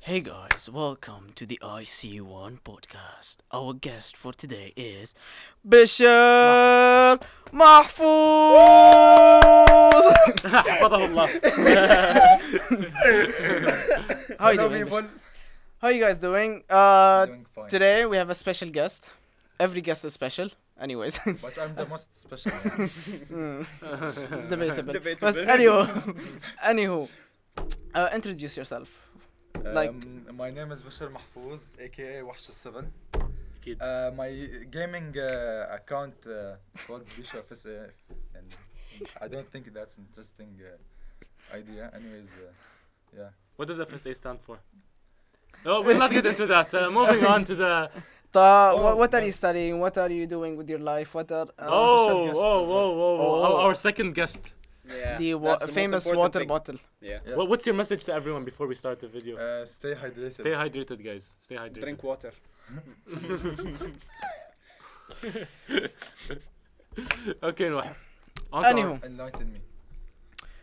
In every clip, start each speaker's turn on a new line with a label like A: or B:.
A: Hey guys, welcome to the IC1 podcast. Our guest for today is Bishal Mahfouz.
B: حفظه الله
A: How you
C: Hello,
A: doing?
C: people.
A: Bishal? How you guys doing? Uh,
C: doing fine.
A: today we have a special guest. Every guest is special. Anyways,
C: But I'm the most special. one.
A: Mm. debatable.
D: Debatable.
A: But anywho, anywho, uh, introduce yourself. Like-
C: um, my name is Bashar Mahfouz, aka Wahsh Seven.
B: اكيد
C: Uh, my gaming uh, account uh, is called Bisha FSA, and I don't think that's an interesting uh, idea. Anyways, uh, yeah.
B: what does FSA stand for oh we'll not get into that uh, moving on to the
A: Ta- wha-
C: Oh,
A: what are
C: but-
A: you studying? What are you doing with your life? What are uh,
B: oh
C: guest as
B: whoa
C: well.
B: whoa whoa whoa
A: Oh.
B: Our- our second guest
D: Yeah,
A: the
D: that's
A: wa-
D: the most
A: famous
D: important
A: water
D: thing.
A: bottle?
D: Yeah,
C: Yes.
B: Wha- what's your message to everyone before we start the video
C: Uh, stay hydrated.
B: stay hydrated guys stay hydrated
D: drink water.
B: okay نوح On to
A: Anywho,
C: Enlighten me.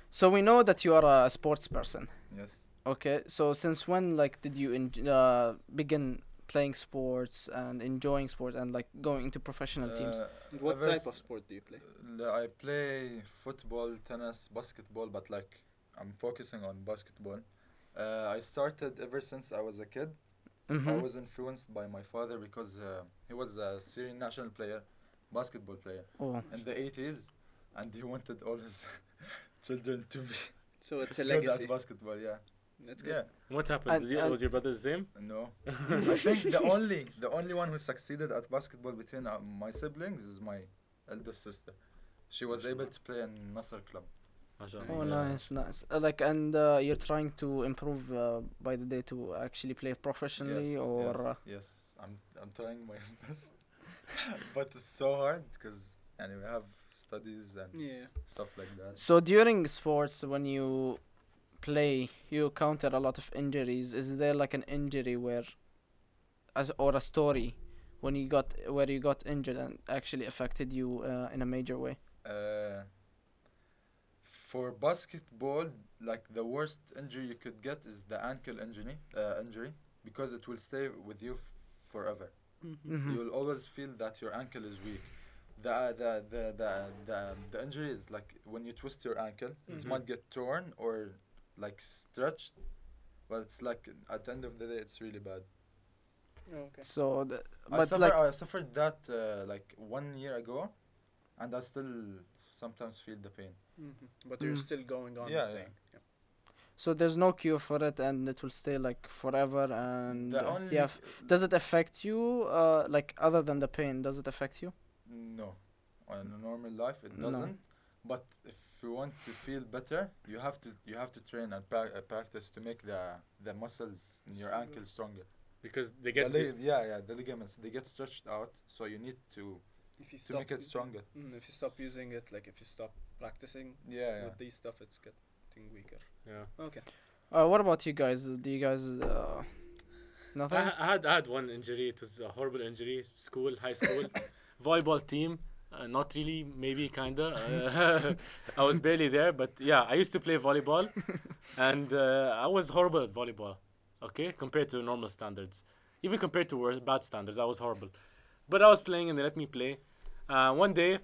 A: so we know that you are a sports person.
C: Yes.
A: Okay, so since when, like, did you en- uh, begin playing sports and enjoying sports and like going into professional teams?
C: Uh,
D: What
C: ever
D: type of
C: s-
D: sport do you play?
C: Uh, l- I play football, tennis, basketball, but like I'm focusing on basketball. Uh, I started ever since I was a kid. I
D: Mm-hmm.
A: Mhm.
C: was influenced by my father because uh, he was a Syrian national player, basketball player
A: Oh,
C: in the 80s, and he wanted all his children to be
D: So it's a
C: good at
D: legacy.
C: basketball. Yeah,
D: That's good.
C: yeah.
B: our- what happened
A: And-
B: Did you-
A: and-
B: was your brother's name
C: No, I think the only the only one who succeeded at basketball between uh, my siblings is my eldest sister. She was able to play in Nasser club.
B: MashaAllah.
A: oh,
C: Yeah.
A: nice, nice. Uh, like, and uh, you're trying to improve uh, by the day to actually play professionally,
C: yes,
A: or
C: yes,
A: uh,
C: yes, I'm I'm trying my best, but it's so hard because anyway, I have studies and
D: Yeah.
C: stuff like that.
A: so during sports when you play, you counter a lot of injuries. Is there like an injury where, as or a story? When you got where you got injured and actually affected you uh, in a major way.
C: Uh, for basketball, like the worst injury you could get is the ankle injury, uh, injury because it will stay with you f- forever.
A: Mhm.
D: Mm-hmm.
C: You will always feel that your ankle is weak. The, uh, the, the, the, the, the injury is like when you twist your ankle, it
A: Mm-hmm.
B: Mhm.
C: might get torn or like stretched, but it's like at the end of the day, it's really bad.
D: Oh, Okay.
A: So, th-
C: I,
A: but
C: suffer,
A: like,
C: I suffered that uh, like one year ago, and I still sometimes feel the pain.
D: Mm-hmm. But you're
A: Mm.
D: still going on.
C: Yeah,
D: with
C: yeah.
D: thing.
A: so there's no cure for it, and it will stay like forever. And
C: The
A: uh,
C: only
A: yeah, f- does it affect you? Uh, like other than the pain, does it affect you?
C: No, on a normal life it
A: No.
C: doesn't. But if you want to feel better, you have to you have to train and pra- uh, practice to make the the muscles in your
D: Stronger.
C: ankle stronger.
B: because they
C: The
B: get
C: li- yeah, yeah, the ligaments they get stretched out, so you need to
D: If you
C: to
D: stop
C: make it
D: using-
C: stronger.
D: Mm, if you stop using it, like if you stop practicing
C: Yeah, yeah.
D: with these stuff, it's getting weaker.
B: yeah
D: Okay.
A: Uh, what about you guys? Do you guys uh, nothing?
B: I, I had I had one injury. It was a horrible injury. School, high school, volleyball team. Uh, not really, maybe kinda. Uh, I was barely there, but yeah, I used to play volleyball, and uh, I was horrible at volleyball. Okay, compared to normal standards, even compared to worse, bad standards, I was horrible. But I was playing, and they let me play. Uh, one day,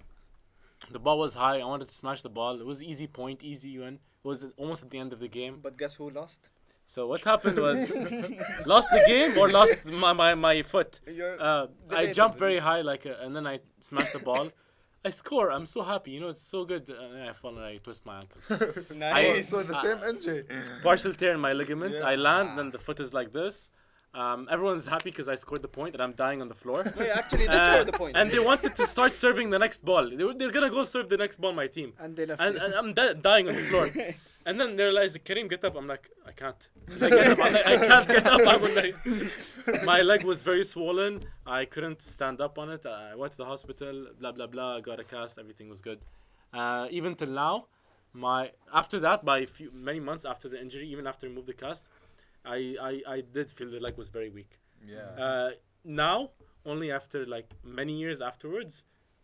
B: the ball was high. I wanted to smash the ball. It was easy point, easy un. It was almost at the end of the game.
D: But guess who lost?
B: So what happened was, lost the game or lost my, my, my foot.
D: You're
B: Uh, I
D: Debatable.
B: jumped very high, like, uh, and then I smashed the ball. I score. I'm so happy. You know, it's so good. Uh, And then I fall and I twist my ankle.
D: nice.
B: I-
C: Oh, So the
D: Ah.
B: Uh,
C: same injury.
B: Partial tear in my ligament. I
C: Yeah.
B: land, then the foot is like this. Um, everyone's happy because I scored the point and I'm dying on the floor.
D: Wait, actually, that's
B: Uh,
D: more the point.
B: And they wanted to start serving the next ball. They were, they're gonna go serve the next ball, my team.
A: and they left.
B: And,
A: you.
B: and I'm di- dying on the floor. And then they realize, Karim, get up. I'm like, I can't. I, get up. I'm like, I can't get up. I'm like, my leg was very swollen. I couldn't stand up on it. I went to the hospital, blah, blah, blah. Got a cast. Everything was good. Uh, even till now, my after that, by a few, many months after the injury, even after I removed the cast, I, I, I did feel the leg was very weak.
C: yeah.
B: Uh, now, only after like many years afterwards,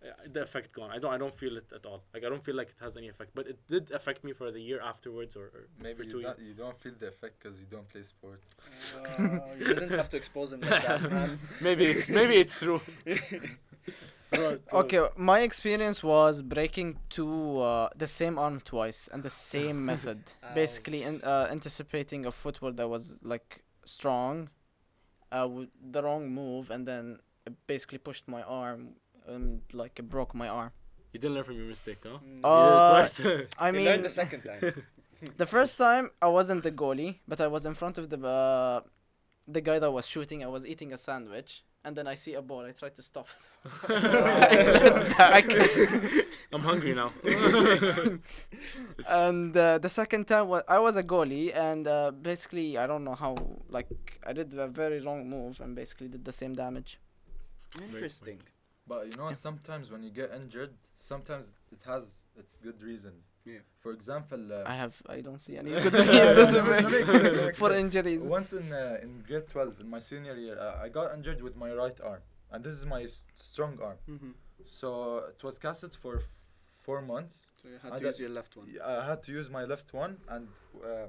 B: uh, the effect gone. I don't I don't feel it at all. Like I don't feel like it has any effect. But it did affect me for the year afterwards or, or
C: Maybe
B: for
C: you
B: two years.
C: don't, you don't feel the effect because you don't play sports.
D: Uh, you didn't have to expose him like that, man.
B: Maybe it's maybe it's true. Bro, bro.
A: Okay, my experience was breaking two uh, the same arm twice and the same method. Basically, in, uh, anticipating a footwork that was like strong, uh, with the wrong move, and then it basically pushed my arm and like it broke my arm.
B: You didn't learn from your mistake, huh?
D: Mm.
A: Uh,
B: you did it twice.
A: I
D: You
A: mean,
D: learned the second time.
A: The first time I wasn't the goalie, but I was in front of the uh, the guy that was shooting. I was eating a sandwich, and then I see a ball. I tried to stop it. I fled back.
B: I'm hungry now.
A: and uh, the second time was I was a goalie, and uh, basically I don't know how like I did a very wrong move and basically did the same damage.
D: Interesting.
C: But you know, sometimes when you get injured, sometimes it has its good reasons.
D: Yeah.
C: For example, uh,
A: I have I don't see any
B: Yeah,
A: good
B: no,
C: no, no, no, makes sense,
A: reasons
C: makes
A: for
C: sense.
A: injuries.
C: once in uh, in grade 12 in my senior year, uh, I got injured with my right arm, and this is my s- strong arm.
D: Mhm.
C: So it was casted for f- four months.
D: So you had
C: And
D: to
C: that-
D: use your left one.
C: I had to use my left one, and uh,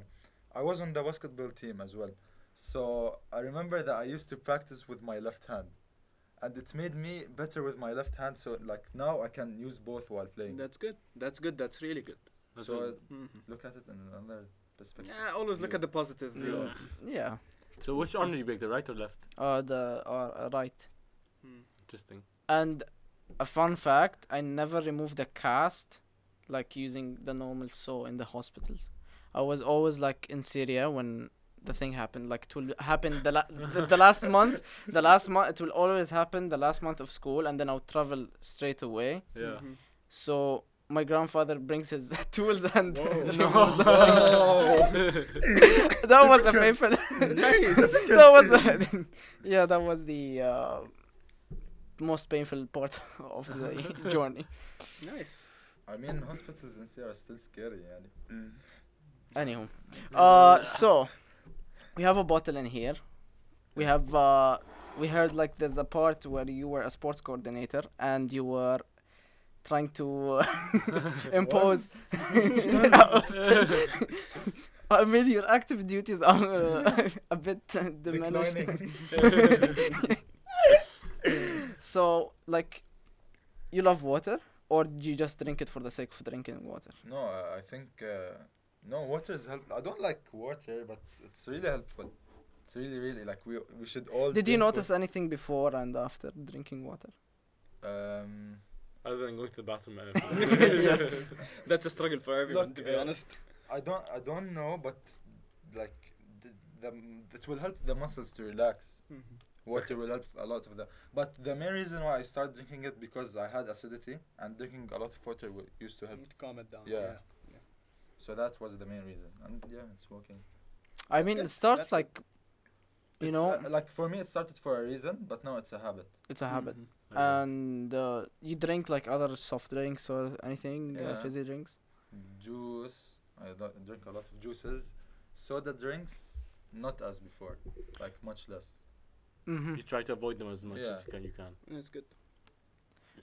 C: I was on the basketball team as well. So I remember that I used to practice with my left hand, and it made me better with my left hand. So like now I can use both while playing.
D: That's good. That's good. That's really good.
B: That's
C: so
B: a-
D: Mhm.
C: look at it in another perspective.
D: Yeah, always look
C: Yeah.
D: at the positive.
A: Yeah.
D: view.
A: Yeah,
B: So which arm did you break, the right or left?
A: uh, the uh, right.
D: Mm.
B: Interesting.
A: And a fun fact, I never removed the cast like using the normal saw in the hospitals. I was always like in Syria when the thing happened. Like it will happen the, la- the, the last month, the last month, it will always happen the last month of school, and then I'll travel straight away.
B: Yeah.
D: Mhm.
A: So my grandfather brings his tools and
D: Whoa.
A: removes that was a painful. that was the, yeah, that was the uh, most painful part of the journey.
D: Nice.
C: I mean, hospitals in Syria are still scary. يعني.
A: Anywho, uh, so we have a bottle in here. We have uh, we heard like there's a part where you were a sports coordinator and you were trying to impose. I mean, your active duties are uh, a bit diminished.
C: Declining.
A: So, like, you love water, or do you just drink it for the sake of drinking water?
C: No, I I think uh, no water is help. I don't like water, but it's really helpful. It's really, really like we we should all.
A: Did you
C: drink wa-
A: notice anything before and after drinking water?
C: Um,
B: Other than going to the bathroom. uh,
A: Yes.
D: That's a struggle for everyone,
C: Look,
D: to be
C: uh,
D: honest.
C: I don't, I don't know, but like the, the it will help the muscles to relax. Water will help a lot of that. But the main reason why I started drinking it because I had acidity and drinking a lot of water w- used to
A: Mm.
C: help.
D: Need to calm it down.
C: Yeah.
D: Yeah.
C: So that was the main reason. And yeah, it's working.
A: I mean,
D: good,
A: it starts
D: that's good.
A: like, you
C: It's,
A: know,
C: uh, like for me, it started for a reason, but now it's a habit.
A: it's a habit.
D: Mhm.
B: yeah.
A: And uh, you drink like other soft drinks or anything, uh,
C: Yeah.
A: fizzy drinks.
C: juice. I don't drink a lot of juices. Soda drinks, not as before, like much less.
A: hmm
B: you try to avoid them as much
C: Yeah.
B: as you can. You can.
D: That's good.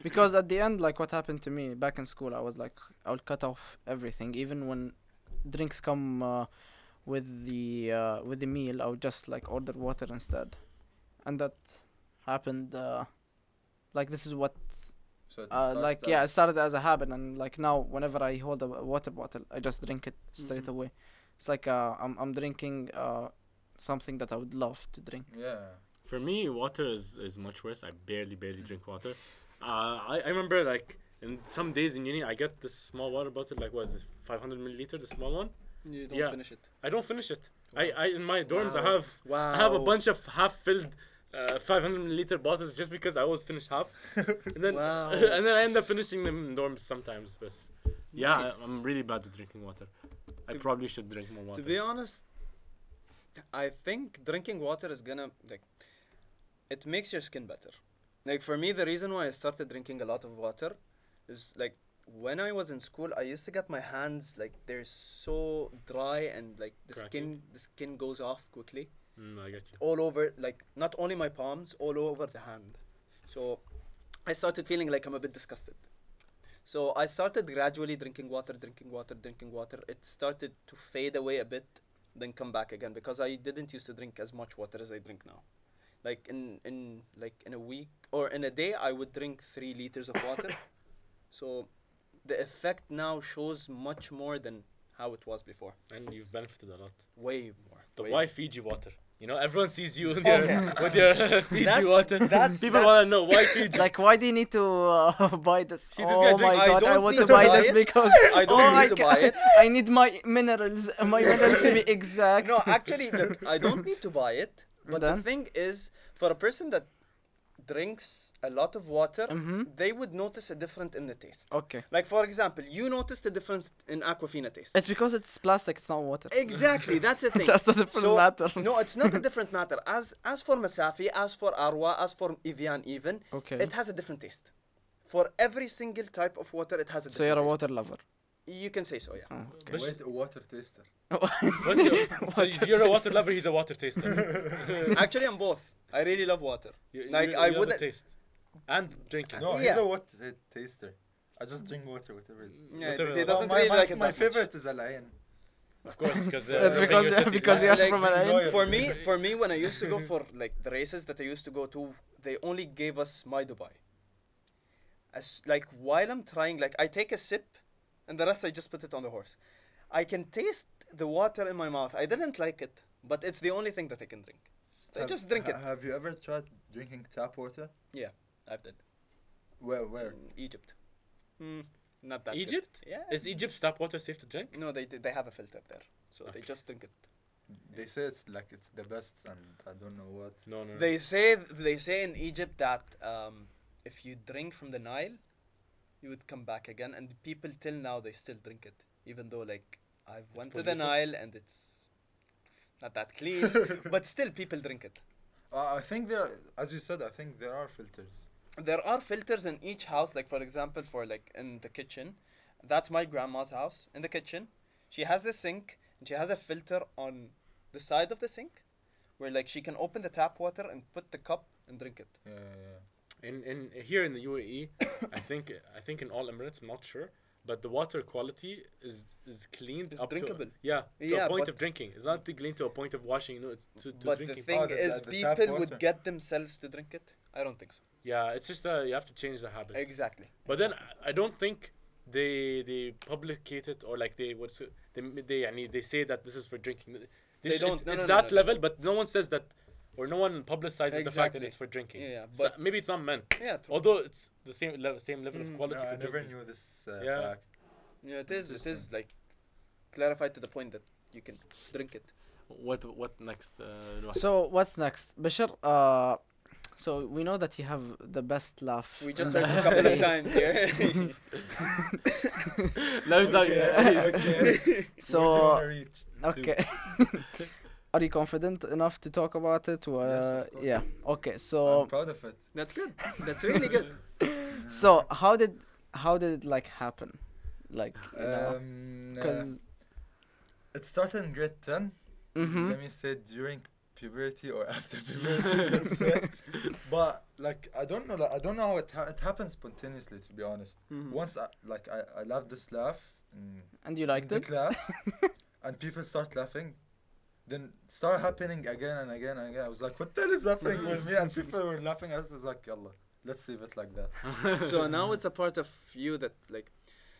A: Because at the end, like what happened to me back in school, I was like, I'll cut off everything, even when drinks come uh, with the uh, with the meal. I'll just like order water instead, and that happened. Uh, like this is what,
C: So it
A: uh,
C: starts
A: like
C: as-
A: yeah, it started as a habit, and like now, whenever I hold a wa- water bottle, I just drink it straight
C: Mm-hmm.
D: Mhm.
A: away. It's like uh, I'm I'm drinking uh, something that I would love to drink.
C: Yeah.
B: For me, water is, is much worse. I barely, barely
D: Mm.
B: drink water. Uh, I, I remember like in some days in uni, I got this small water bottle, like what is it, 500 milliliter, the small one.
D: You don't
B: Yeah.
D: finish it.
B: I don't finish it. I, I in my dorms, I
D: Wow.
B: have
D: Wow.
B: I have a bunch of half-filled uh, 500 milliliter bottles just because I always finish half, and then
D: Wow.
B: and then I end up finishing them in dorms sometimes. But yeah,
D: Nice.
B: I, am really bad with drinking water. I
D: To-
B: probably should drink more water.
D: To be honest, I think drinking water is gonna like it makes your skin better. Like for me, the reason why I started drinking a lot of water is like when I was in school, I used to get my hands like they're so dry and like the
B: Cracking.
D: skin the skin goes off quickly
B: Mm, I get you.
D: all over like not only my palms all over the hand. So I started feeling like I'm a bit disgusted. So I started gradually drinking water, drinking water, drinking water. It started to fade away a bit, then come back again because I didn't used to drink as much water as I drink now. Like in in like in a week or in a day, I would drink three liters of water. so the effect now shows much more than how it was before.
B: And you've benefited a lot.
D: Way more.
B: The
D: way
B: why Fiji water? You know, everyone sees you in their, with your Fiji
D: That's-
B: water.
D: that's-
B: People
D: that's-
B: want to know why Fiji.
A: Like, why do you need to uh, buy this?
B: See, this guy
A: oh my
B: drinks-
D: I
A: god, I
D: don't
A: want
D: need
A: to
D: to
A: buy
D: buy
A: this
D: it.
A: because
D: I don't
A: oh,
D: need
A: I
D: to
A: ca-
D: buy it.
A: I need my minerals, uh, my minerals to be exact.
D: No, actually, look, I don't need to buy it. But the
A: Then?
D: thing is, for a person that drinks a lot of water,
A: Mhm.
D: they would notice a difference in the taste.
A: Okay,
D: Like, for example, you noticed the difference in Aquafina taste.
A: it's because it's plastic. It's not water.
D: exactly, that's the thing.
A: That's a different matter.
D: No, it's not a different matter. As as for Masafi, as for Arwa, as for Evian even,
A: Okay.
D: it has a different taste. For every single type of water, it has a different
A: so you're a
D: taste.
A: water lover.
D: You can say so, yeah.
A: Oh, okay.
C: Wait, a water taster.
B: What's your, so you're a water lover, he's a water taster.
D: Actually, I'm both. I really love water.
B: You-
D: like,
B: you-
D: I
B: you love the
D: wouldn't...
B: taste. And drinking.
C: No, he's
D: Yeah.
C: a water taster. I just drink water, whatever.
D: Yeah,
B: Whatever.
D: it, it
B: No,
D: doesn't
C: my,
D: really
C: my,
D: like it
C: my
D: that much.
C: favorite is Alain.
B: Of course, because uh,
A: That's
B: when
A: because-
B: you're
A: because
B: city,
A: you're
D: Like,
A: from
D: we
A: Alain.
C: Yeah.
D: for me for me when i used to go for like the races that i used to go to they only gave us my dubai as like while i'm trying like i take a sip and the rest i just put it on the horse i can taste the water in my mouth i didn't like it but it's the only thing that i can drink so i
C: Have-
D: just drink it
C: ha- Have you ever tried drinking tap water?
D: yeah i've done
C: Where, where?
D: in egypt mm, not that good.
B: Egypt?
D: yeah
B: Is Egypt's tap water safe to drink?
D: no they they have a filter there so they just drink it
C: They say it's like it's the best, and I don't know what.
B: No, no. no.
D: They say they say in Egypt that um, if you drink from the Nile, you would come back again, and people till now they still drink it, even though like I went to the
B: polluted.
D: Nile and it's not that clean, but still people drink it.
C: Uh, I think there, as you said, I think there are filters.
D: There are filters in each house, like for example, for like in the kitchen, that's my grandma's house. In the kitchen, she has the sink and she has a filter on the side of the sink, where like she can open the tap water and put the cup and drink it.
C: Yeah, yeah,
B: in, in here in the UAE, I think I think in all Emirates, I'm not sure, but the water quality is is cleaned
D: It's
B: up to-
D: drinkable.
B: yeah, to
D: Yeah,
B: a point
D: but-
B: of drinking. It's not to clean to a point of washing. No, it's to, to
D: but
B: drinking.
D: the thing
C: Oh, the-
D: is,
C: the- the tap
D: people would
C: water.
D: get themselves to drink it. I don't think so.
B: yeah, it's just uh, you have to change the habit.
D: Exactly.
B: But then I, I don't think they they publicate it or like they what's it- they they I mean, they say that this is for drinking. They,
D: They
B: sh-
D: don't-
B: It's,
D: no,
B: it's
D: no, no,
B: that
D: no, no.
B: level, but no one says that, or no one publicizes the fact that
D: Exactly.
B: it's for drinking.
D: Yeah, yeah,
B: So
D: but-
B: maybe it's not meant.
D: Yeah, true. Mm.
B: Although it's the same level, same level of
C: yeah.
B: quality.
C: No, I
B: for
C: never
B: drinking.
C: knew this uh,
B: Yeah.
C: fact.
D: Yeah, it is. It is like clarified to the point that you can drink it.
B: What what next? Uh,
A: So what's next, Bashir? Uh, so we know that you have the best laugh.
D: We
A: in
D: just
A: the
D: heard a couple of
A: family.
D: times here.
B: no, it's not.
A: So
C: Where do you wanna reach to?
A: okay. Are you confident enough to talk about it? Or,
C: Yes,
A: uh,
C: of course.
A: yeah. Okay.
C: I'm
A: So
C: proud of it.
D: That's good. That's really good.
A: so how did how did it like happen? Like you know,
C: Um, uh,
A: 'cause-
C: it started in grade 10
A: Mhm.
C: Let me say during puberty or after puberty. let's say. But like I don't know, like, I don't know how it ha- it happened spontaneously. To be honest,
A: Mm-hmm.
C: once I, like I I love this laugh. In,
A: and you
C: in
A: liked
C: the
A: it?
C: class and people start laughing then start happening again and again and again i was like what the hell is happening with me and people were laughing at it I was like yalla let's leave it like that
D: so now it's a part of you that like,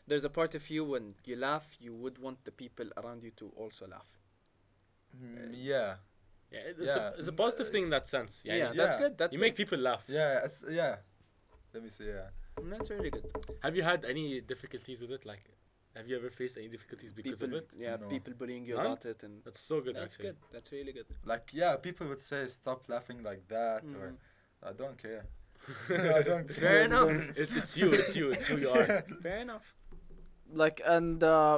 D: there's a part of you when you laugh, you would want the people around you to also laugh.
C: Mm, yeah
B: Yeah, it's,
C: Yeah.
B: A, it's a positive thing in that sense. Yeah,
D: Yeah,
B: yeah.
D: that's
C: Yeah.
D: good. That's
B: you make
D: good.
B: people laugh.
C: yeah it's yeah let me see yeah
D: That's really good.
B: Have you had any difficulties with it? Like, have you ever faced any difficulties because
D: people,
B: of it?
D: yeah,
C: No.
D: people bullying you
B: None?
D: about it, and
B: That's so good.
D: that's
B: actually.
D: good. That's really good.
C: like yeah people would say stop laughing like that or
A: Mm.
C: i don't care i don't care
D: Fair enough.
B: It's, it's you. It's you. It's who you are.
D: Fair enough.
A: Like and uh,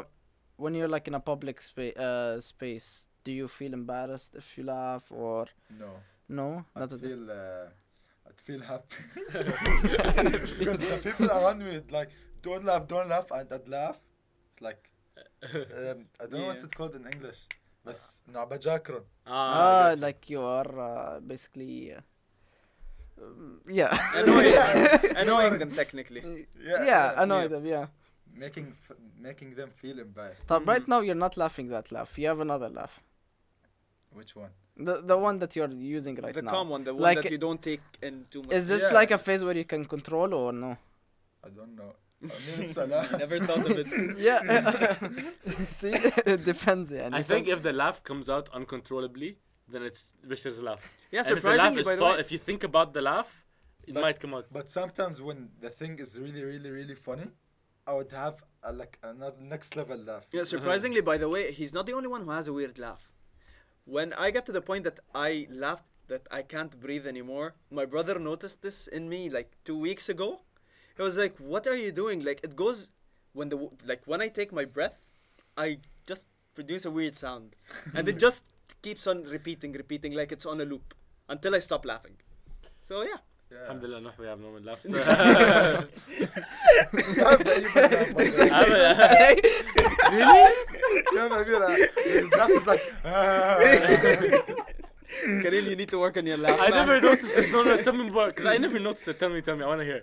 A: when you're like in a public space, uh, space, do you feel embarrassed if you laugh or
C: no
A: no?
C: i
A: Not at all.
C: feel uh, i'd feel happy because the people around me would like don't laugh don't laugh and i'd laugh it's like um, I don't know what
D: Yeah.
C: it's called in English. بس انه عم بجاكرن
B: Ah, I
A: Ah,
B: get you.
A: like you are uh, basically uh, Um, yeah.
D: Annoying,
C: Yeah.
D: annoying them technically.
A: yeah, annoy them, yeah.
C: Making f- making them feel embarrassed.
A: But right
D: Mhm.
A: now you're not laughing that laugh. You have another laugh.
C: Which one?
A: The the one that you're using right
D: the
A: now.
D: calm one, the one
A: Like-
D: that you don't take in too much.
A: Is this
C: Yeah.
A: like a phase where you can control or no?
C: I don't know. I mean, it's a laugh.
D: Never thought of it.
A: yeah. See, it depends. Yeah.
B: I think if the laugh comes out uncontrollably, then it's Bashir's laugh. and
D: Yeah,
B: if the laugh
D: surprisingly,
B: is
D: by the
B: thought,
D: way.
B: if you think about the laugh, it
C: That's-
B: might come out.
C: But sometimes when the thing is really, really, really funny, I would have a, like another next level laugh.
B: Uh-huh.
D: Yeah, surprisingly, by the way, he's not the only one who has a weird laugh. When I got to the point that I laughed that I can't breathe anymore, my brother noticed this in me like two weeks ago. It was like, "What are you doing?" Like it goes when the w- like when I take my breath, I just produce a weird sound, and it just keeps on repeating, repeating like it's on a loop until I stop laughing. So yeah,
C: Yeah.
B: Alhamdulillah, no, we have no more laughs.
C: Yeah, you better laugh, by the way.
B: really?
C: Yeah, but you know, his laugh is like, "Ah."
D: Karil, you need to work on your laugh.
B: I
D: man.
B: never noticed this. No, no, tell me more. Because I never noticed it. Tell me, tell me. I want to hear.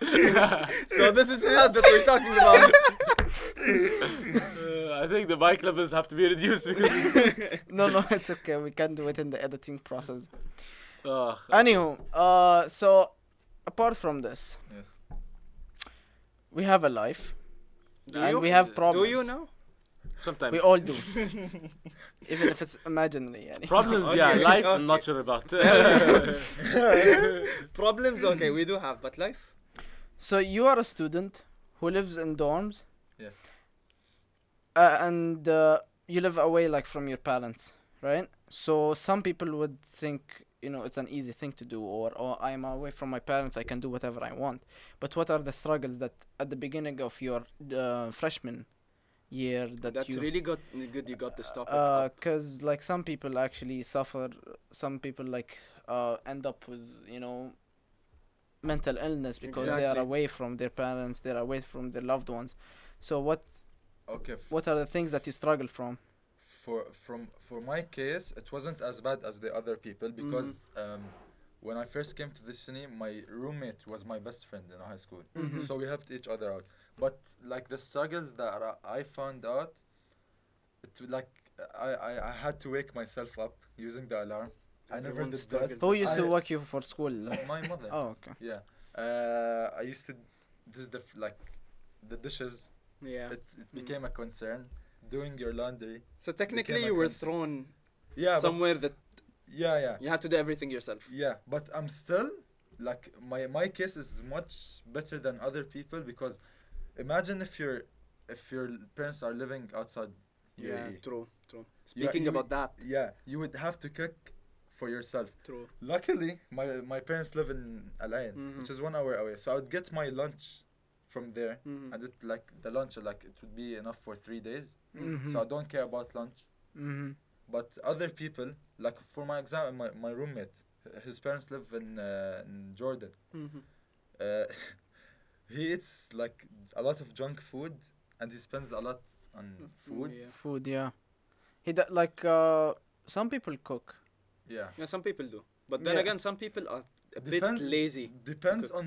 D: So this is the laugh that we're talking about.
B: Uh, I think the bike levels have to be reduced because.
A: no, no, it's okay. We can do it in the editing process.
B: Ugh.
A: Anywho, uh, so apart from this,
C: yes.
A: we have a life
D: Do
A: and
D: you?
A: we have
D: Do
A: problems.
D: you now?
B: Sometimes.
A: We all do, even if it's imaginary. يعني.
B: Problems, yeah.
D: Okay,
B: Life,
D: okay.
B: I'm not sure about.
D: Problems, okay, we do have, but life.
A: So you are a student who lives in dorms,
C: Yes.
A: uh, and uh, you live away like from your parents, right? So some people would think you know it's an easy thing to do, or oh I'm away from my parents, I can do whatever I want. But what are the struggles that at the beginning of your uh, freshman year that
D: That's
A: you
D: really good. Good, you got this topic. up.
A: because Uh, like some people actually suffer some people like uh end up with you know mental illness because they are
D: Exactly.
A: away from their parents they're away from their loved ones so what
C: Okay. f-
A: what are the things that you struggle from
C: for from for my case it wasn't as bad as the other people
A: Mm-hmm.
C: because um, when I first came to this city my roommate was my best friend in high school
A: Mhm.
C: so we helped each other out but like the struggles that I- I found out it w- like I, I, I had to wake myself up using the alarm I never
D: Everyone
C: did that
D: struggles.
A: who used to
C: I-
A: work you for school like-
C: my mother
A: oh okay
C: yeah uh, I used to this the f- like the dishes
D: yeah.
C: it, it
A: Mm-hmm.
C: became a concern doing your laundry
D: So technically,
C: became a
D: you were
C: concept.
D: thrown
C: yeah but-
D: somewhere that
C: yeah yeah
D: you had to do everything yourself.
C: Yeah, but I'm still like my my case is much better than other people because imagine if your if your parents are living outside UAE.
D: True. True.
C: Yeah,
D: Speaking
C: you-
D: about that.
C: Yeah, you would have to cook for yourself.
D: True.
C: Luckily, my my parents live in Al Ain,
D: Mhm.
C: which is one hour away, so I would get my lunch from there,
D: Mhm.
C: and it like the lunch like it would be enough for three days.
A: mm-hmm.
C: So I don't care about lunch.
A: mm-hmm.
C: But other people, like for my example, my, my roommate, h- his parents live in, uh, in Jordan.
D: Mhm.
C: Uh, he eats like a lot of junk food and he spends a lot on food.
D: Yeah.
A: food yeah he d- like uh some people cook
C: Yeah.
D: Yeah, some people do, but then
A: Yeah.
D: again, some people are a
C: Depends-
D: bit lazy.
C: Depends
D: cook.
C: on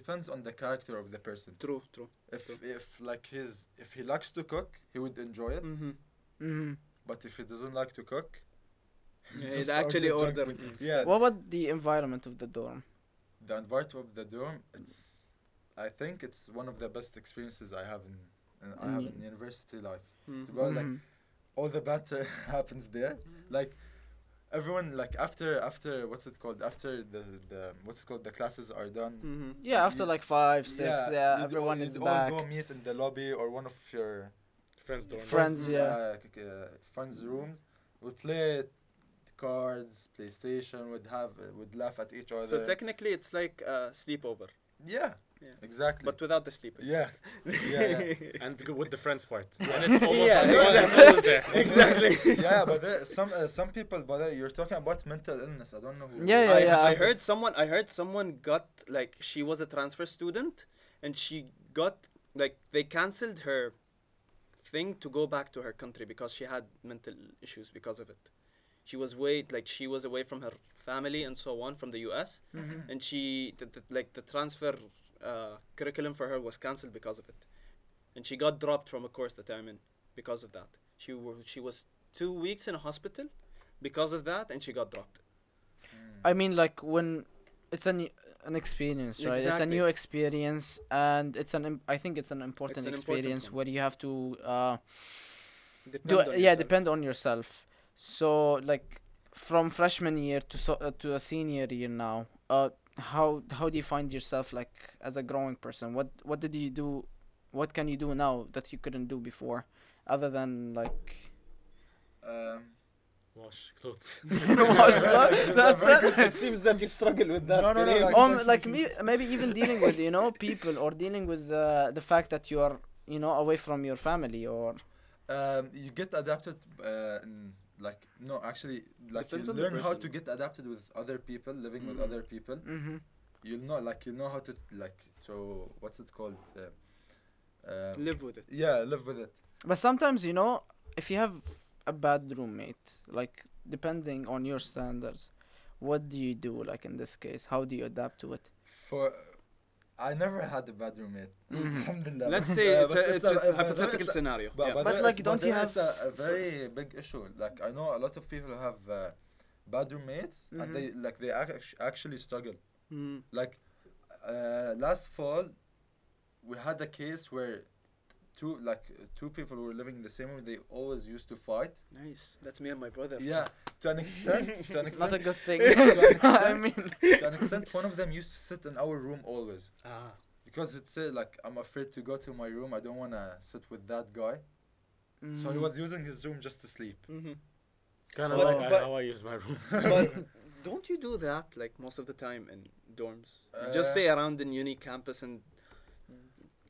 C: depends on the character of the person.
D: True. True.
C: If
D: True.
C: if like his if he likes to cook, he would enjoy it.
D: Mm-hmm.
A: mm-hmm.
C: But if he doesn't like to cook, he
D: Yeah,
C: just
D: he'd actually
C: junk
D: order Mm.
C: food.
D: instead.
C: Yeah.
A: what about the environment of the dorm
C: The environment of the dorm, it's I think it's one of the best experiences I have in, in I have
A: Mm.
C: in university life. To
D: Mhm.
C: be honest, like
A: Mhm.
C: all the banter happens there.
D: Mm-hmm.
C: Like everyone like after after what's it called? After the the what's it called? The classes are done.
D: Mhm.
A: yeah after
C: you-
A: like five six yeah,
C: you'd all-
A: everyone is
C: you'd
A: back
C: all go meet in the lobby or one of your
B: Friends don't.
A: Friends. yeah.
C: uh, k- uh, friends rooms. We play cards, PlayStation. Would have would laugh at each other.
D: So technically, it's like a sleepover,
C: yeah,
D: Yeah.
C: exactly.
D: but without the sleeping.
C: yeah, yeah,
B: And g- with the friends part. And it's almost,
D: Yeah,
B: it's always there.
D: exactly.
C: yeah. But there, some uh, some people, but uh, you're talking about mental illness. I don't know. Who
A: Yeah,
D: I,
A: yeah,
D: I
A: I-
D: heard someone. I heard someone got like she was a transfer student, and she got like they cancelled her thing to go back to her country because she had mental issues because of it. she was way like she was away from her family and so on from the U.S.
A: Mm-hmm.
D: and she the, the, like the transfer uh, curriculum for her was cancelled because of it, and she got dropped from a course that I'm in because of that. She wa- she was two weeks in a hospital because of that, and she got dropped.
A: I mean, like when it's an an experience, right? It's a
D: Exactly.
A: new experience, and it's an im- I think it's an important
D: an important
A: experience
D: one.
A: where you have to uh, do
D: Depend on
A: yeah
D: yourself.
A: depend on yourself. So like from freshman year to so, uh, to a senior year now, uh, how how do you find yourself like as a growing person? What what did you do? What can you do now that you couldn't do before, other than like
C: Um,
B: Wash clothes.
A: that's it.
D: it seems that you struggle with that.
C: No, no, no,
D: Kareem.
C: like-
A: or
C: Exactly.
A: like me, maybe even dealing with you know people or dealing with uh, the fact that you are you know away from your family or
C: um, you get adapted uh, in, like no actually like
D: Depends
C: you
D: on the
C: learn how
D: person.
C: to get adapted with other people living with
D: Mm.
C: other people
A: mm-hmm.
C: you'll know like you know how to like so what's it called uh, um,
D: live with it.
C: yeah live with it
A: but sometimes you know if you have a bad roommate like depending on your standards what do you do like in this case how do you adapt to it
C: for I never had a bad roommate Alhamdulillah.
D: Mm-hmm. Let's
C: But,
D: say
C: uh,
D: it's
C: but
D: a, it's a
C: but
D: hypothetical
C: it's a-
D: scenario.
C: but,
D: yeah.
C: but,
A: But,
C: there-
A: like, don't you
C: there it's
A: have-
C: a, a very big issue like I know a lot of people have uh, bad roommates
A: Mhm.
C: and they like they act- actually struggle
D: Mm.
C: like uh, last fall we had a case where two like two people were living in the same room they always used to fight
D: Nice. That's me and my brother.
C: yeah to an extent to an
A: not a
C: extent,
A: good thing
C: Like,
A: i mean
C: to an extent one of them used to sit in our room always
D: Ah.
C: because it said like i'm afraid to go to my room i don't want to sit with that guy so
A: Mm.
C: he was using his room just to sleep
D: hmm
B: kind of
D: But-
B: like I-
D: but-
B: how I use my room.
D: but don't you do that like most of the time in dorms? You just
C: Uh,
D: stay around in uni campus and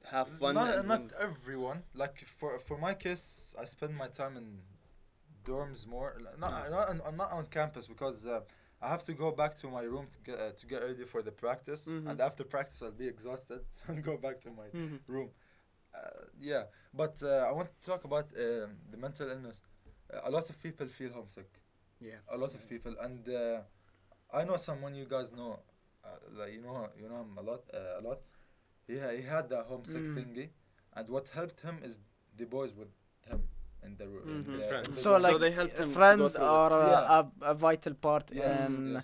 D: have fun.
C: not,
D: and,
C: not everyone like for for my case i spend my time in dorms more L- not
D: Mm.
C: not, on, not on campus because uh, i have to go back to my room to get uh, to get ready for the practice
D: Mhm.
C: and after practice i'll be exhausted so i'll go back to my
D: Mhm.
C: room uh, yeah but uh, i want to talk about um, the mental illness uh, a lot of people feel homesick
D: Yeah.
C: a lot of people and uh, i know someone you guys know uh, like you know you know him a lot uh, a lot he, ha- he had that homesick
A: Mm.
C: thingy and what helped him is the boys with him in the room
D: Mhm. His
B: friends.
A: so like
D: they helped him to go
A: friends
D: through it.
A: are
C: Yeah.
A: uh, a, a vital part in uh,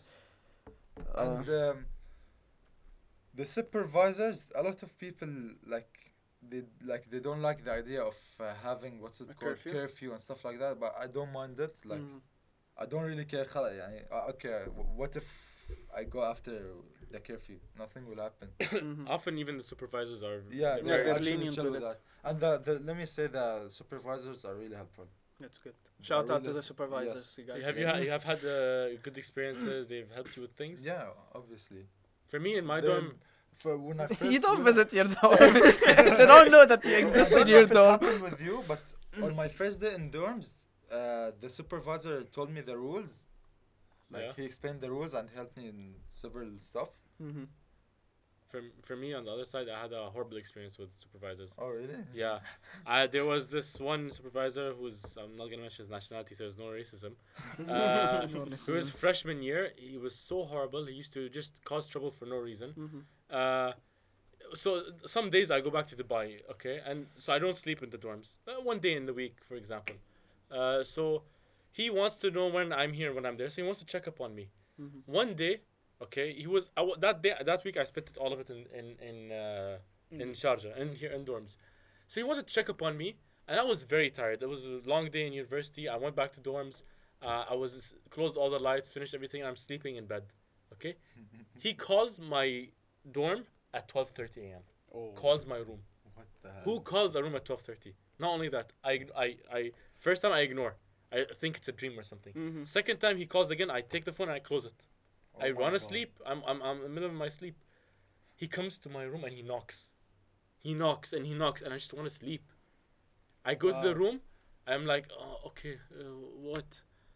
C: and um, the supervisors a lot of people like they like they don't like the idea of uh, having what's it
D: A
C: called
D: curfew?
C: and stuff like that but i don't mind it like
D: Mhm.
C: I don't really care. خلا- يعني, uh, okay, wh- what if I go after the curfew? Nothing will happen.
D: Mhm.
B: Often even the supervisors are
C: Yeah,
D: they're
B: very-
C: they're actually
D: lenient
C: chill
D: with
C: with
D: it.
C: that. And the, the, let me say the supervisors are really helpful.
D: That's good. Shout out to
C: really-
D: the supervisors, you guys.
B: Have you ha- you have had uh, good experiences? They've helped you with things.
C: Yeah, obviously.
B: For me in my
C: They're-
B: dorm,
C: For when I first
A: you don't
C: knew-
A: visit your dorm they don't know that you
C: I
A: exist
C: don't
A: in
C: know
A: your
C: if it
A: dorm
C: happened with you, but on my first day in dorms, uh, the supervisor told me the rules. Like
B: Yeah.
C: he explained the rules and helped me in several stuff.
D: Mhm.
B: for for me on the other side, I had a horrible experience with supervisors.
C: Oh really?
B: Yeah, I, there was this one supervisor who's I'm not gonna mention his nationality, so there's no racism. Uh,
A: No
B: It was
A: racism.
B: freshman year. He was so horrible. He used to just cause trouble for no reason.
A: Mm-hmm.
D: Mhm.
B: Uh, so some days I go back to Dubai, okay, and so I don't sleep in the dorms. Uh, one day in the week, for example. Uh, so he wants to know when I'm here, when I'm there. So he wants to check up on me.
A: Mm-hmm.
D: Mhm.
B: One day, okay, he was I, wa- that day that week I spent it all of it in in in uh,
A: Mm-hmm.
B: in Sharjah and here in dorms. So he wanted to check up on me, and I was very tired. It was a long day in university. I went back to dorms. Uh, I was closed all the lights, finished everything, and I'm sleeping in bed. Okay, he calls my dorm at 12:30 a.m.
D: Oh.
B: Calls my room.
C: What the hell?
B: Who calls a room at 12:30? Not only that, I ign- I I first time I ignore. I think it's a dream or something.
D: Mhm.
B: Second time he calls again, I take the phone and I close it.
C: Mm-hmm. Oh
B: I
C: my
B: run
C: God.
B: asleep. I'm, I'm, I'm in the middle of my sleep. He comes to my room and he knocks. He knocks and he knocks and I just want to sleep. I go to the
C: Wow.
B: room. I'm like, oh, okay, uh, what?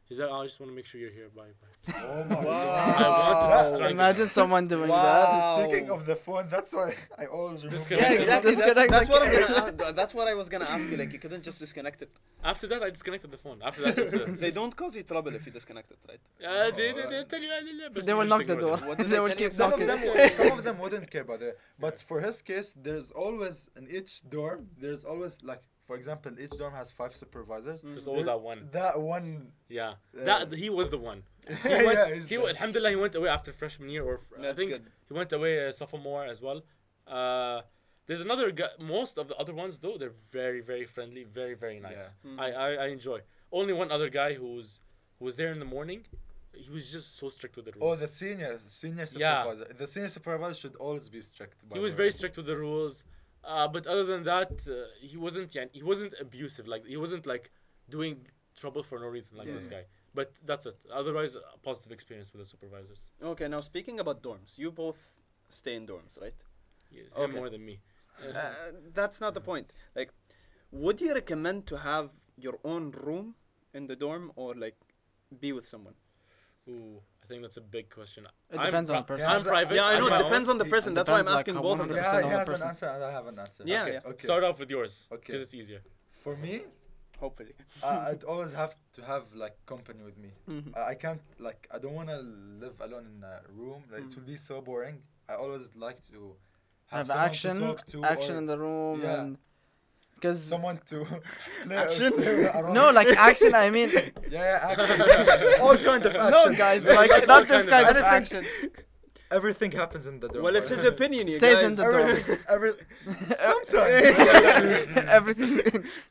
B: He's like, oh, I just want to make sure you're here. Bye, bye.
C: Oh my
B: I want to
C: god.
B: just
A: Imagine someone doing
D: Wow.
C: Speaking
B: Oh.
C: of the phone, that's why I always remove
B: Disconnect.
C: it.
B: Yeah,
D: exactly.
A: Disconnect
D: That's, that's
A: the
D: what I'm gonna. ask- that's what I was gonna ask you. Like, you couldn't just disconnect it.
B: After that, I disconnected the phone. After that, it's it.
D: They don't cause you trouble if you disconnect it, right?
B: Uh, they, they, they tell you, "Ah, لا، لا,"
A: that.
B: بس
A: They
B: you
A: will
B: just
A: knock the
B: ignore
A: door.
B: them.
D: What did
A: They
D: they
A: will
D: tell you?
A: keep
C: Some of
A: knocking.
C: them, would- some of them wouldn't care about it. But for his case, there's always in each dorm. There's always like, for example, each dorm has five supervisors.
B: There's always
C: There-
B: that one.
C: That one.
B: Yeah.
C: Uh,
B: that he was the one. He
C: Yeah,
B: went,
C: he's
B: he,
C: the-
B: Alhamdulillah, he went away after freshman year, or fr- I
D: That's
B: think
D: good.
B: he went away uh, sophomore as well. Uh, there's another guy. Most of the other ones though, they're very, very friendly, very, very nice.
D: Mm-hmm.
B: I, I, I enjoy. Only one other guy who's who was there in the morning. He was just so strict with the
C: Oh,
B: rules.
C: the senior, senior
B: Yeah.
C: supervisor. The senior supervisor should always be strict. by
B: he
C: the
B: was
C: way.
B: very strict with the rules. Uh, but other than that, uh, he wasn't. Yeah, he wasn't abusive. Like he wasn't like doing trouble for no reason like this guy. But that's it. Otherwise, a positive experience with the supervisors.
D: Okay. Now speaking about dorms, you both stay in dorms, right?
B: Yeah, him
D: Okay.
B: more than me.
D: Uh, that's not the point. Like, would you recommend to have your own room in the dorm or like be with someone?
B: Ooh, I think that's a big question.
A: It
B: I'm
A: depends on
B: pri-
A: the person.
B: I'm
C: Yeah,
B: private.
D: Yeah, I
B: I'm
D: know.
B: my
D: It
B: own.
D: depends on the
C: It
D: person. That's why I'm
A: depends, like,
D: asking
A: how
D: both
A: one
D: of
A: of
D: them.
A: the-
C: Yeah,
A: Percent on
C: he
A: the
C: has an
A: person.
C: answer, and I have an answer.
D: Yeah,
B: Okay,
D: yeah.
C: Okay.
B: Start off with yours
C: Okay.
B: because it's easier.
C: For me,
D: Hopefully.
C: I, I'd always have to have like company with me.
A: Mm-hmm.
C: I, I can't like I don't want to live alone in a room. Like, It will be so boring. I always like to
A: Mm. Have
C: someone to
A: action,
C: talk to
A: action
C: or
A: in the room,
C: Yeah.
A: and because
C: someone to play,
D: Action?
C: play around.
A: no, like action. I mean,
C: yeah, yeah action. All kind of action.
A: no, guys, like
B: All
A: not this
B: kind
A: kind
B: of
A: of action.
C: Everything happens in the dorm.
D: Well, it's his
C: right?
D: opinion, you
A: Stays
D: guys.
A: in the dorm.
C: Everything, everything. Sometimes.
A: Everything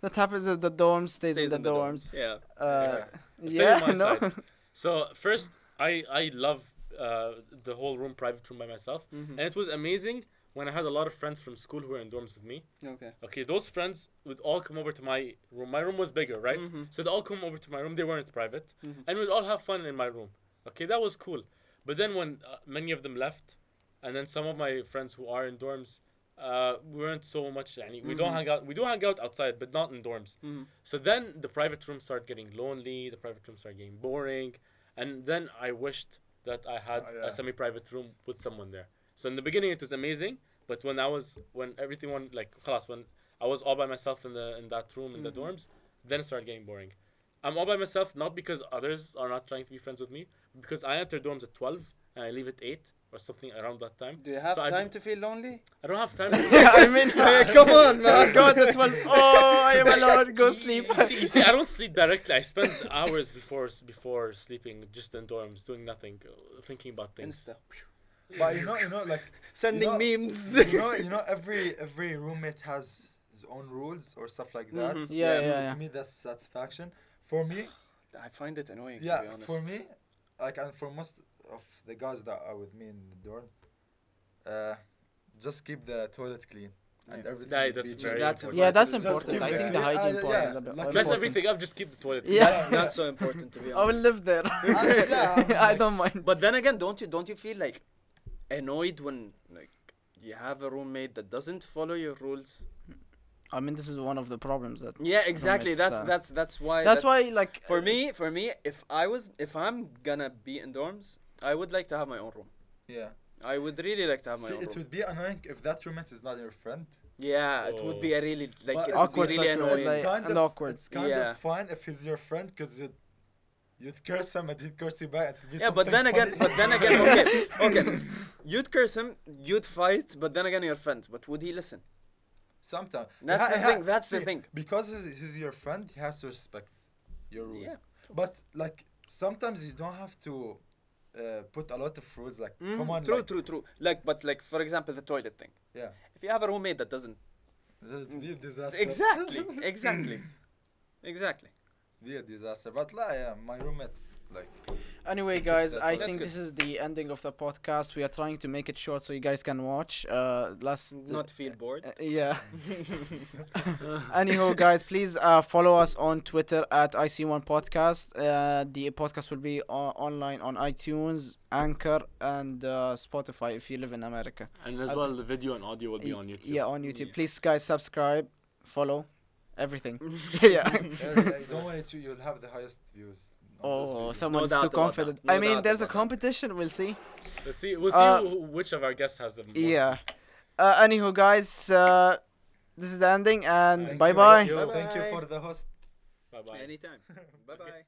A: that happens in the dorms stays, in the, dorms.
D: Yeah.
A: Uh,
B: Stay on
A: yeah,
B: my
A: no.
B: side. So first, I I love uh, the whole room, private room by myself,
C: Mm-hmm.
B: and it was amazing when I had a lot of friends from school who were in dorms with me.
D: Okay.
B: Okay, those friends would all come over to my room. My room was bigger, right?
C: Mm-hmm.
B: So they all come over to my room. They weren't private, and we'd all have fun in my room. Okay, that was cool. But then when uh, many of them left, and then some of my friends who are in dorms, uh, we weren't so much. يعني, We
C: Mm-hmm.
B: don't hang out. We do hang out outside, but not in dorms. So then the private rooms start getting lonely. The private rooms start getting boring, and then I wished that I had
C: Oh, yeah.
B: a semi-private room with someone there. So in the beginning it was amazing, but when I was when everything went like class when I was all by myself in the in that room in the
D: Mm-hmm.
B: dorms, then it started getting boring. I'm all by myself not because others are not trying to be friends with me, because I enter dorms at 12 and I leave at 8 or something around that time.
D: Do you have
B: So I
D: time
B: don't-
D: to feel lonely?
B: I don't have time. to-
A: Yeah, I mean,
D: come on, man.
A: go at the 12. Oh, I am alone. Go sleep.
B: You see, you see, I don't sleep directly. I spend hours before before sleeping, just in dorms, doing nothing, uh, thinking about things.
D: Insta.
C: But you know, you know, like
D: Sending
C: know-
D: memes.
C: you know, you know, every every roommate has his own rules or stuff like that.
D: Mhm.
A: Yeah,
C: To-
A: yeah, yeah.
C: To me, that's satisfaction. For me,
D: I find it annoying,
C: yeah,
D: to be honest.
C: for me, like, and for most of the guys that are with me in the dorm, uh, just keep the toilet clean and
D: Yeah.
C: everything.
B: Yeah,
C: will
B: that's
C: be
B: very
C: chill.
D: That's
B: important.
A: Yeah, that's
D: Just
A: important.
C: give
A: I
C: the-
A: think the
C: yeah,
A: hygiene
C: yeah,
A: part
C: yeah.
A: is a bit
B: Mess
C: Like-
A: important.
B: everything up. Just keep the toilet.
A: Yeah.
D: That's not so important, to be
A: I will
D: honest.
A: live there.
C: yeah,
A: I don't mind.
D: But then again, don't you don't you feel like annoyed when like you have a roommate that doesn't follow your rules?
A: I mean, this is one of the problems that.
D: Yeah, exactly.
A: Roommates,
D: That's
A: uh,
D: that's that's why.
A: That's
D: that-
A: why, like,
D: For me, for me, if I was, if I'm gonna be in dorms, I would like to have my own room.
C: yeah.
D: I would really like to have my
C: See,
D: own room.
C: it would be annoying if that roommate is not your friend.
D: Yeah, it would be a really like
C: But
D: it
A: Awkward
D: would be really
A: situation,
D: annoying.
A: like-
C: kind
A: and
C: of
A: awkward.
C: It's kind
D: Yeah.
C: of fun if he's your friend because you'd you'd curse him and he'd curse you back. It'd be
D: yeah, but
C: something
D: then again,
C: funny.
D: but then again, okay, okay. You'd curse him, you'd fight, but then again, you're friends. But would he listen?
C: Sometimes.
D: That's
C: Ha-
D: the
C: ha-
D: thing, that's the thing.
C: Because he's, he's your friend, he has to respect your rules.
D: Yeah.
C: But like sometimes you don't have to uh, put a lot of rules. Like come on,
D: Mm, True,
C: like,
D: true, true. Like, but like for example, the toilet thing.
C: Yeah,
D: If you have a roommate that doesn't,
C: that'd be a disaster.
D: exactly, exactly, exactly.
C: be a disaster. But like, yeah, my roommate, like
A: uh, Anyway, guys,
C: that
A: I
C: one.
A: think
D: That's
A: this is the ending of the podcast. We are trying to make it short so you guys can watch. Uh, last.
D: Not feel bored.
A: Uh, yeah. Anyhow, guys, please uh, follow us on Twitter at IC1 Podcast. Uh, the podcast will be o- online on iTunes, Anchor, and uh, Spotify if you live in America.
B: And as well, the video and audio will be on YouTube.
A: Yeah, on YouTube. Please, guys, subscribe, follow, everything. yeah.
C: yeah, yeah, don't worry, too, you'll have the highest views. on this video.
A: Oh, someone's
D: doubt
A: too
D: about that.
A: confident. I
D: No
A: mean,
D: doubt
A: there's a
D: about that.
A: competition. We'll see.
B: Let's see. We'll see
A: Uh,
B: who, which of our guests has the most.
A: Yeah. Uh, anywho, guys, uh, this is the ending, and
C: Thank
A: bye
C: you.
A: bye.
B: Yo.
C: Thank you
D: Bye-bye.
C: for the host.
B: Bye bye.
D: Anytime. Bye bye.